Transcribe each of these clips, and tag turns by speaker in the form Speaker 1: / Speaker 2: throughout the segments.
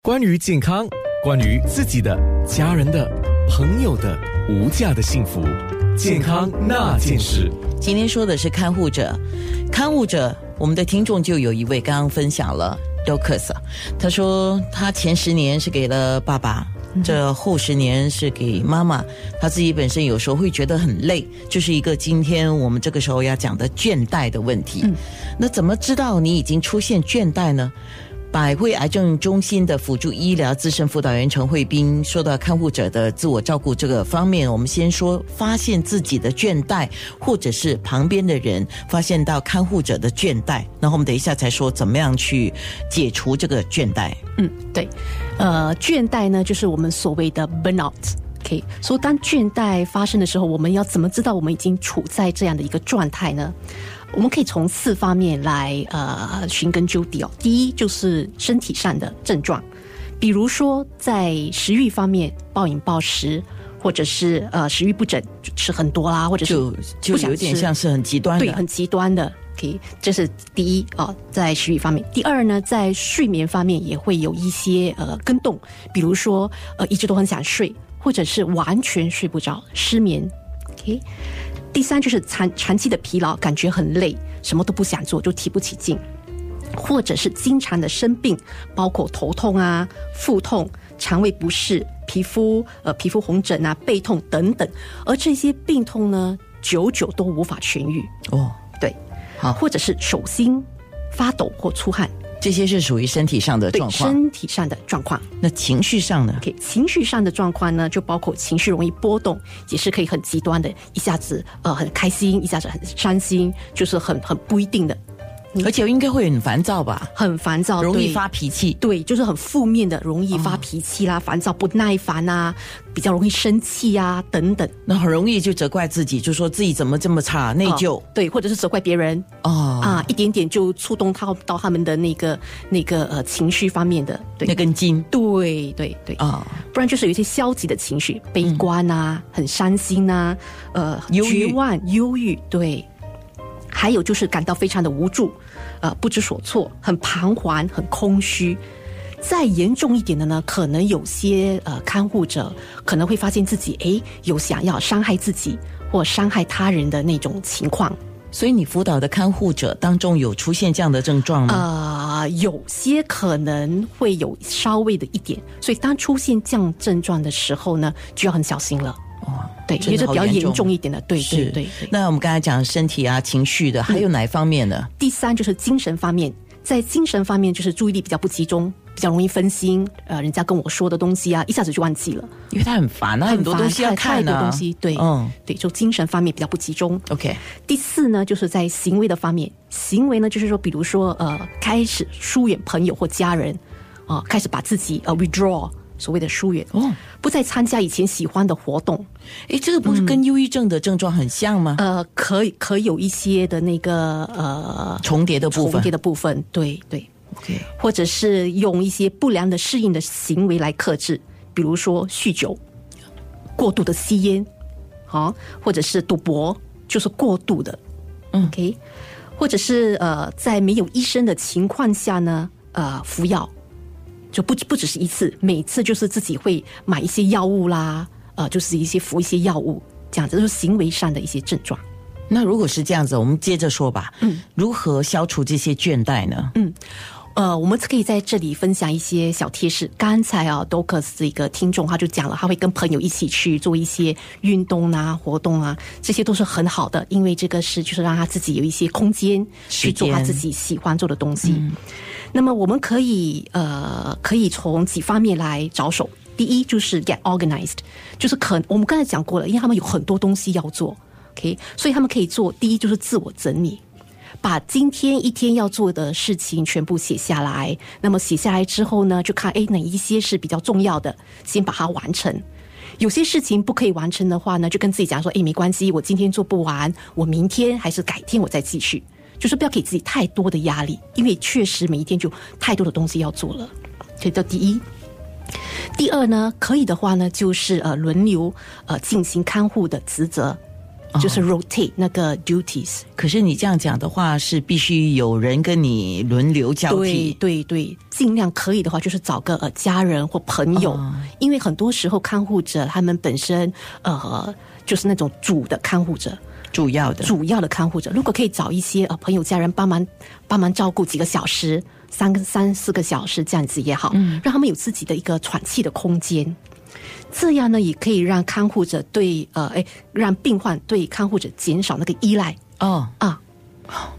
Speaker 1: 关于健康，关于自己的、家人的、朋友的无价的幸福，健康那件事。
Speaker 2: 今天说的是看护者，看护者，我们的听众就有一位刚刚分享了 Docus，他说他前十年是给了爸爸。这后十年是给妈妈，他自己本身有时候会觉得很累，就是一个今天我们这个时候要讲的倦怠的问题。那怎么知道你已经出现倦怠呢？百会癌症中心的辅助医疗资深辅导员陈慧斌说到看护者的自我照顾这个方面，我们先说发现自己的倦怠，或者是旁边的人发现到看护者的倦怠，然后我们等一下才说怎么样去解除这个倦怠。
Speaker 3: 嗯，对，呃，倦怠呢，就是我们所谓的 burnout。OK，所以当倦怠发生的时候，我们要怎么知道我们已经处在这样的一个状态呢？我们可以从四方面来呃寻根究底哦。第一就是身体上的症状，比如说在食欲方面，暴饮暴食，或者是呃食欲不振，就吃很多啊啦，或者是
Speaker 2: 就就
Speaker 3: 不想
Speaker 2: 有点
Speaker 3: 吃
Speaker 2: 像是很极端的，
Speaker 3: 对，很极端的。OK，这是第一啊、哦在食欲方面。第二呢，在睡眠方面也会有一些呃跟动，比如说呃一直都很想睡，或者是完全睡不着，失眠。OK，第三就是长长期的疲劳，感觉很累，什么都不想做，就提不起劲。或者是经常的生病，包括头痛啊、腹痛、肠胃不适、皮肤呃皮肤红疹啊、背痛等等，而这些病痛呢，久久都无法痊愈。
Speaker 2: 哦，
Speaker 3: 对，
Speaker 2: 好
Speaker 3: 或者是手心发抖或出汗，
Speaker 2: 这些是属于身体上的
Speaker 3: 对
Speaker 2: 状况。
Speaker 3: 身体上的状况。
Speaker 2: 那情绪上呢？
Speaker 3: OK，情绪上的状况呢，就包括情绪容易波动，也是可以很极端的，一下子呃很开心，一下子很伤心，就是很很不一定的，
Speaker 2: 而且应该会很烦躁吧，
Speaker 3: 很烦躁，
Speaker 2: 容易
Speaker 3: 对
Speaker 2: 发脾气。
Speaker 3: 哦对，就是很负面的，容易发脾气啦、烦躁、不耐烦啊，比较容易生气啊等等。
Speaker 2: 那很容易就责怪自己，就说自己怎么这么差，内
Speaker 3: 内
Speaker 2: 疚
Speaker 3: 啊对，或者是责怪别人
Speaker 2: 哦，
Speaker 3: 啊，一点点就触动到到他们的那个那个呃情绪方面的，对，
Speaker 2: 那根筋
Speaker 3: 对对对
Speaker 2: 啊，
Speaker 3: 不然就是有一些消极的情绪，悲观啊，很伤心啊，呃，
Speaker 2: 嗯忧郁
Speaker 3: 绝望、忧郁，对。还有就是感到非常的无助，呃，不知所措，很彷徨，很空虚。再严重一点的呢，可能有些呃看护者可能会发现自己诶有想要伤害自己或伤害他人的那种情况。
Speaker 2: 所以你辅导的看护者当中有出现这样的症状吗？
Speaker 3: 啊、有些可能会有稍微的一点，所以当出现这样症状的时候呢，就要很小心了。
Speaker 2: 哦，
Speaker 3: 对，
Speaker 2: 真
Speaker 3: 因为
Speaker 2: 的
Speaker 3: 这
Speaker 2: 好
Speaker 3: 比较
Speaker 2: 严
Speaker 3: 严
Speaker 2: 重
Speaker 3: 重一点的，对对
Speaker 2: 是
Speaker 3: 对对。
Speaker 2: 那我们刚才讲身体啊、情绪的，还有哪一方面呢？
Speaker 3: 第三就是精神方面，在精神方面就是注意力比较不集中，比较容易分心，呃，人家跟我说的东西啊，一下子就忘记了，
Speaker 2: 因为他很烦啊，很多
Speaker 3: 烦
Speaker 2: 东西要
Speaker 3: 太
Speaker 2: 看
Speaker 3: 太多
Speaker 2: 啊
Speaker 3: 东西，对，
Speaker 2: 嗯
Speaker 3: 对，就精神方面比较不集中。
Speaker 2: ，OK，
Speaker 3: 第四呢，就是在行为的方面，行为呢就是说，比如说呃，开始疏远朋友或家人，啊、开始把自己呃 withdraw，所谓的疏远，
Speaker 2: 哦，
Speaker 3: 不再参加以前喜欢的活动，
Speaker 2: 诶，这个不是跟忧郁症的症状很像吗？
Speaker 3: 嗯呃，可以可以有一些的那个呃
Speaker 2: 重叠的部
Speaker 3: 重
Speaker 2: 分
Speaker 3: 叠的部分，对对，
Speaker 2: ，OK，
Speaker 3: 或者是用一些不良的适应的行为来克制，比如说酗酒、过度的吸烟，啊，或者是赌博，就是过度的，
Speaker 2: 嗯
Speaker 3: ，OK，或者是呃，在没有医生的情况下呢，呃，服药就不不只是一次，每次就是自己会买一些药物啦，呃，就是一些服一些药物，这样子就是行为上的一些症状。
Speaker 2: 那如果是这样子，我们接着说吧。嗯，如何消除这些倦怠呢？嗯，
Speaker 3: 呃，我们可以在这里分享一些小贴士。刚才啊，Docus 这个听众他就讲了，他会跟朋友一起去做一些运动啊、活动啊，这些都是很好的，因为这个是就是让他自己有一些空间去做他
Speaker 2: 时间
Speaker 3: 自己喜欢做的东西。那么我们可以呃，可以从几方面来着手。第一就是 get organized，就是可我们刚才讲过了，因为他们有很多东西要做，OK，所以他们可以做第一就是自我整理。把今天一天要做的事情全部写下来。那么写下来之后呢，就看诶哪一些是比较重要的，先把它完成。有些事情不可以完成的话呢，就跟自己讲说，诶，没关系，我今天做不完，我明天还是改天我再继续。就是不要给自己太多的压力，因为确实每一天就太多的东西要做了。这叫第一。第二呢，可以的话呢，就是呃轮流呃进行看护的职责。就是 rotate 那个 duties。
Speaker 2: 可是你这样讲的话，是必须有人跟你轮流交
Speaker 3: 对
Speaker 2: 替。
Speaker 3: 对对，尽量可以的话，就是找个呃家人或朋友，因为很多时候看护者他们本身呃就是那种主的看护者，
Speaker 2: 主要的，
Speaker 3: 主要的看护者，如果可以找一些呃朋友、家人帮忙帮忙照顾几个小时，三个三四个小时这样子也好，让他们有自己的一个喘气的空间。这样呢，也可以让看护者对呃，哎，让病患对看护者减少那个依赖
Speaker 2: 哦
Speaker 3: 啊。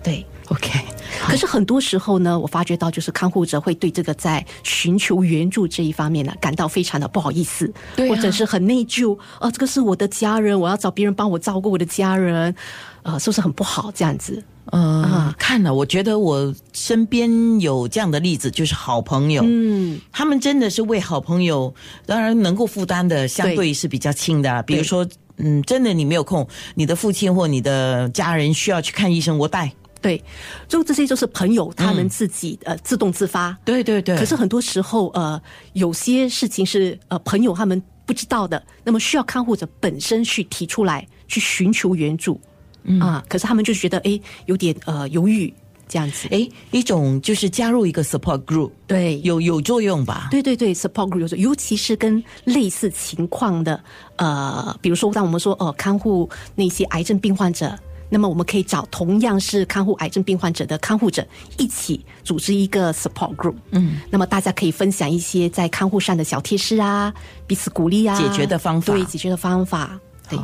Speaker 3: 对，
Speaker 2: ，OK，
Speaker 3: 可是很多时候呢，我发觉到就是看护者会对这个在寻求援助这一方面呢，感到非常的不好意思，
Speaker 2: 对啊
Speaker 3: 或者是很内疚。呃，这个是我的家人，我要找别人帮我照顾我的家人，呃，是不是很不好这样子？
Speaker 2: 嗯、
Speaker 3: 啊
Speaker 2: 看了，我觉得我身边有这样的例子，就是好朋友，
Speaker 3: 嗯，
Speaker 2: 他们真的是为好朋友，当然能够负担的相对是比较轻的啊、比如说，嗯，真的你没有空，你的父亲或你的家人需要去看医生，我带。
Speaker 3: 对，就这些就是朋友他们自己、呃自动自发。
Speaker 2: 对对嗯对
Speaker 3: 可是很多时候呃，有些事情是呃朋友他们不知道的，那么需要看护者本身去提出来去寻求援助。嗯啊，可是他们就觉得哎有点呃犹豫这样子。
Speaker 2: 诶，一种就是加入一个 support group，
Speaker 3: 对，
Speaker 2: 有有作用吧？
Speaker 3: 对对对，support group 有时候尤其是跟类似情况的，呃，比如说当我们说哦、呃，看护那些癌症病患者，那么我们可以找同样是看护癌症病患者的看护者一起组织一个 support group，嗯，那么大家可以分享一些在看护上的小贴士啊，彼此鼓励啊，
Speaker 2: 解决的方法
Speaker 3: 对，解决的方法，对。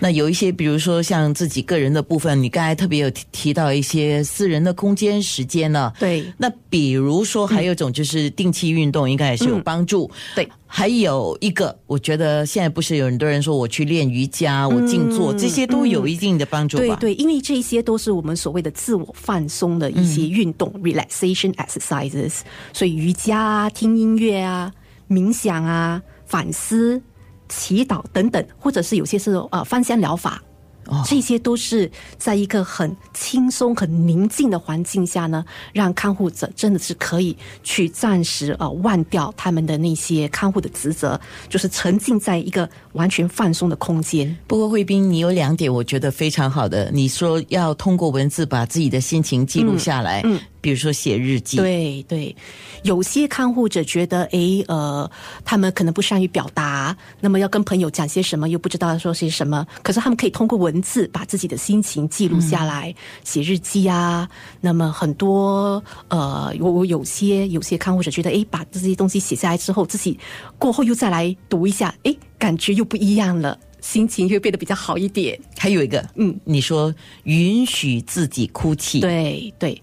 Speaker 2: 那有一些，比如说像自己个人的部分，你刚才特别有提提到一些私人的空间、时间呢、
Speaker 3: 对
Speaker 2: 那比如说，还有一种就是定期运动，应该也是有帮助。
Speaker 3: 嗯对，
Speaker 2: 还有一个，我觉得现在不是有很多人说我去练瑜伽，我静坐，这些都有一定的帮助吧？
Speaker 3: 嗯对对，因为这些都是我们所谓的自我放松的一
Speaker 2: 嗯
Speaker 3: 些运动、（relaxation exercises），所以瑜伽啊、听音乐啊、冥想啊、反思、祈祷等等，或者是有些是呃芳香疗法。
Speaker 2: 哦
Speaker 3: 这些都是在一个很轻松、很宁静的环境下呢，让看护者真的是可以去暂时呃忘掉他们的那些看护的职责，就是沉浸在一个完全放松的空间。
Speaker 2: 不过，慧斌，你有两点我觉得非常好的，你说要通过文字把自己的心情记录下来，嗯，比如说写日记，，
Speaker 3: 对对，有些看护者觉得，诶，呃，他们可能不善于表达，那么要跟朋友讲些什么，又不知道说些什么。可是他们可以通过文字把自己的心情记录下来，写日记啊。那么很多呃，我我有些有些看护者觉得，诶，把这些东西写下来之后，自己过后又再来读一下，诶，感觉又不一样了，心情又变得比较好一点。
Speaker 2: 还有一个，嗯，你说允许自己哭泣，，
Speaker 3: 对对，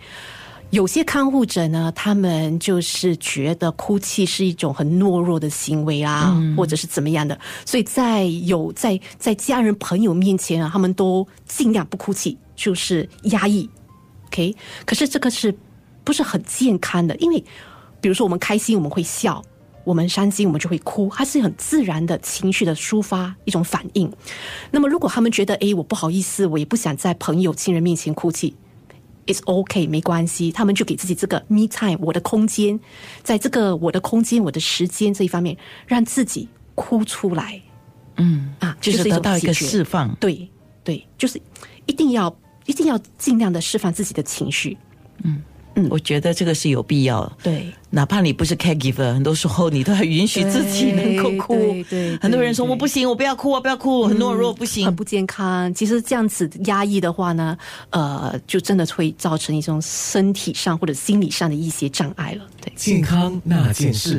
Speaker 3: 有些看护者呢，他们就是觉得哭泣是一种很懦弱的行为啊，或者是怎么样的，所以在有在在家人朋友面前啊，他们都尽量不哭泣，就是压抑。OK，可是这个是不是很健康的？因为比如说我们开心我们会笑，我们伤心我们就会哭，它是很自然的情绪的抒发一种反应。那么如果他们觉得诶，我不好意思，我也不想在朋友亲人面前哭泣。It's OK，没关系，他们就给自己这个 me time，我的空间，在这个我的空间、我的时间这一方面，让自己哭出来。嗯啊，
Speaker 2: 就是
Speaker 3: 一
Speaker 2: 得
Speaker 3: 种
Speaker 2: 到一个
Speaker 3: 解决
Speaker 2: 释放，
Speaker 3: 对对，就是一定要一定要尽量的释放自己的情绪。
Speaker 2: 我觉得这个是有必要的。
Speaker 3: 嗯对
Speaker 2: 哪怕你不是 caregiver，很多时候你都要允许自己能够哭。
Speaker 3: 对对对
Speaker 2: 很多人说
Speaker 3: 对对嗯
Speaker 2: 我不行，我不要哭，我不要哭，我很懦弱，不行
Speaker 3: 很。不健康。其实这样子压抑的话呢，呃，就真的会造成一种身体上或者心理上的一些障碍了。对。
Speaker 1: 健康那件事。